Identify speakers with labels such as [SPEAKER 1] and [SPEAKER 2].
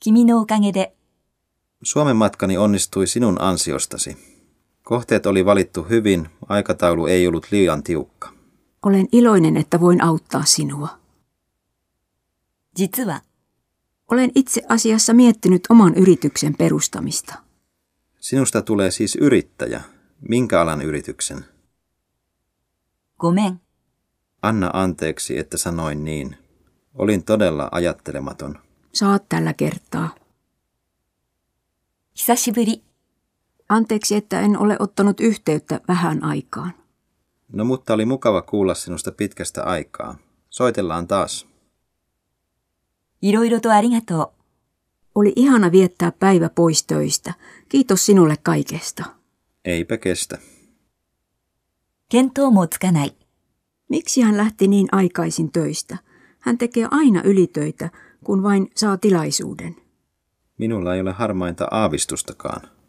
[SPEAKER 1] 君のおかげで、
[SPEAKER 2] Suomen matkani onnistui sinun ansiostasi. Kohteet oli valittu hyvin, aikataulu ei ollut liian tiukka.
[SPEAKER 3] Olen iloinen, että voin auttaa sinua.
[SPEAKER 1] 実は、
[SPEAKER 3] Olen itse asiassa miettinyt oman yrityksen perustamista.
[SPEAKER 2] Sinusta tulee siis yrittäjä. Minkä alan yrityksen?
[SPEAKER 1] ごめん、
[SPEAKER 2] Anna anteeksi, että sanoin niin. Olin todella ajattelematon.
[SPEAKER 3] Saat tällä kertaa.
[SPEAKER 1] 久しぶり。
[SPEAKER 3] Anteeksi, että en ole ottanut yhteyttä vähän aikaan.
[SPEAKER 2] No mutta oli mukava kuulla sinusta pitkästä aikaa. Soitellaan taas.
[SPEAKER 1] いろいろとありがとう。
[SPEAKER 3] Oli ihana viettää päivä pois töistä. Kiitos sinulle kaikesta.
[SPEAKER 2] Eipä kestä.
[SPEAKER 1] 見当もつかない。
[SPEAKER 3] Miksi hän lähti niin aikaisin töistä? Hän tekee aina ylitöitä, kun vain saa tilaisuuden.
[SPEAKER 2] Minulla ei ole harmainta aavistustakaan.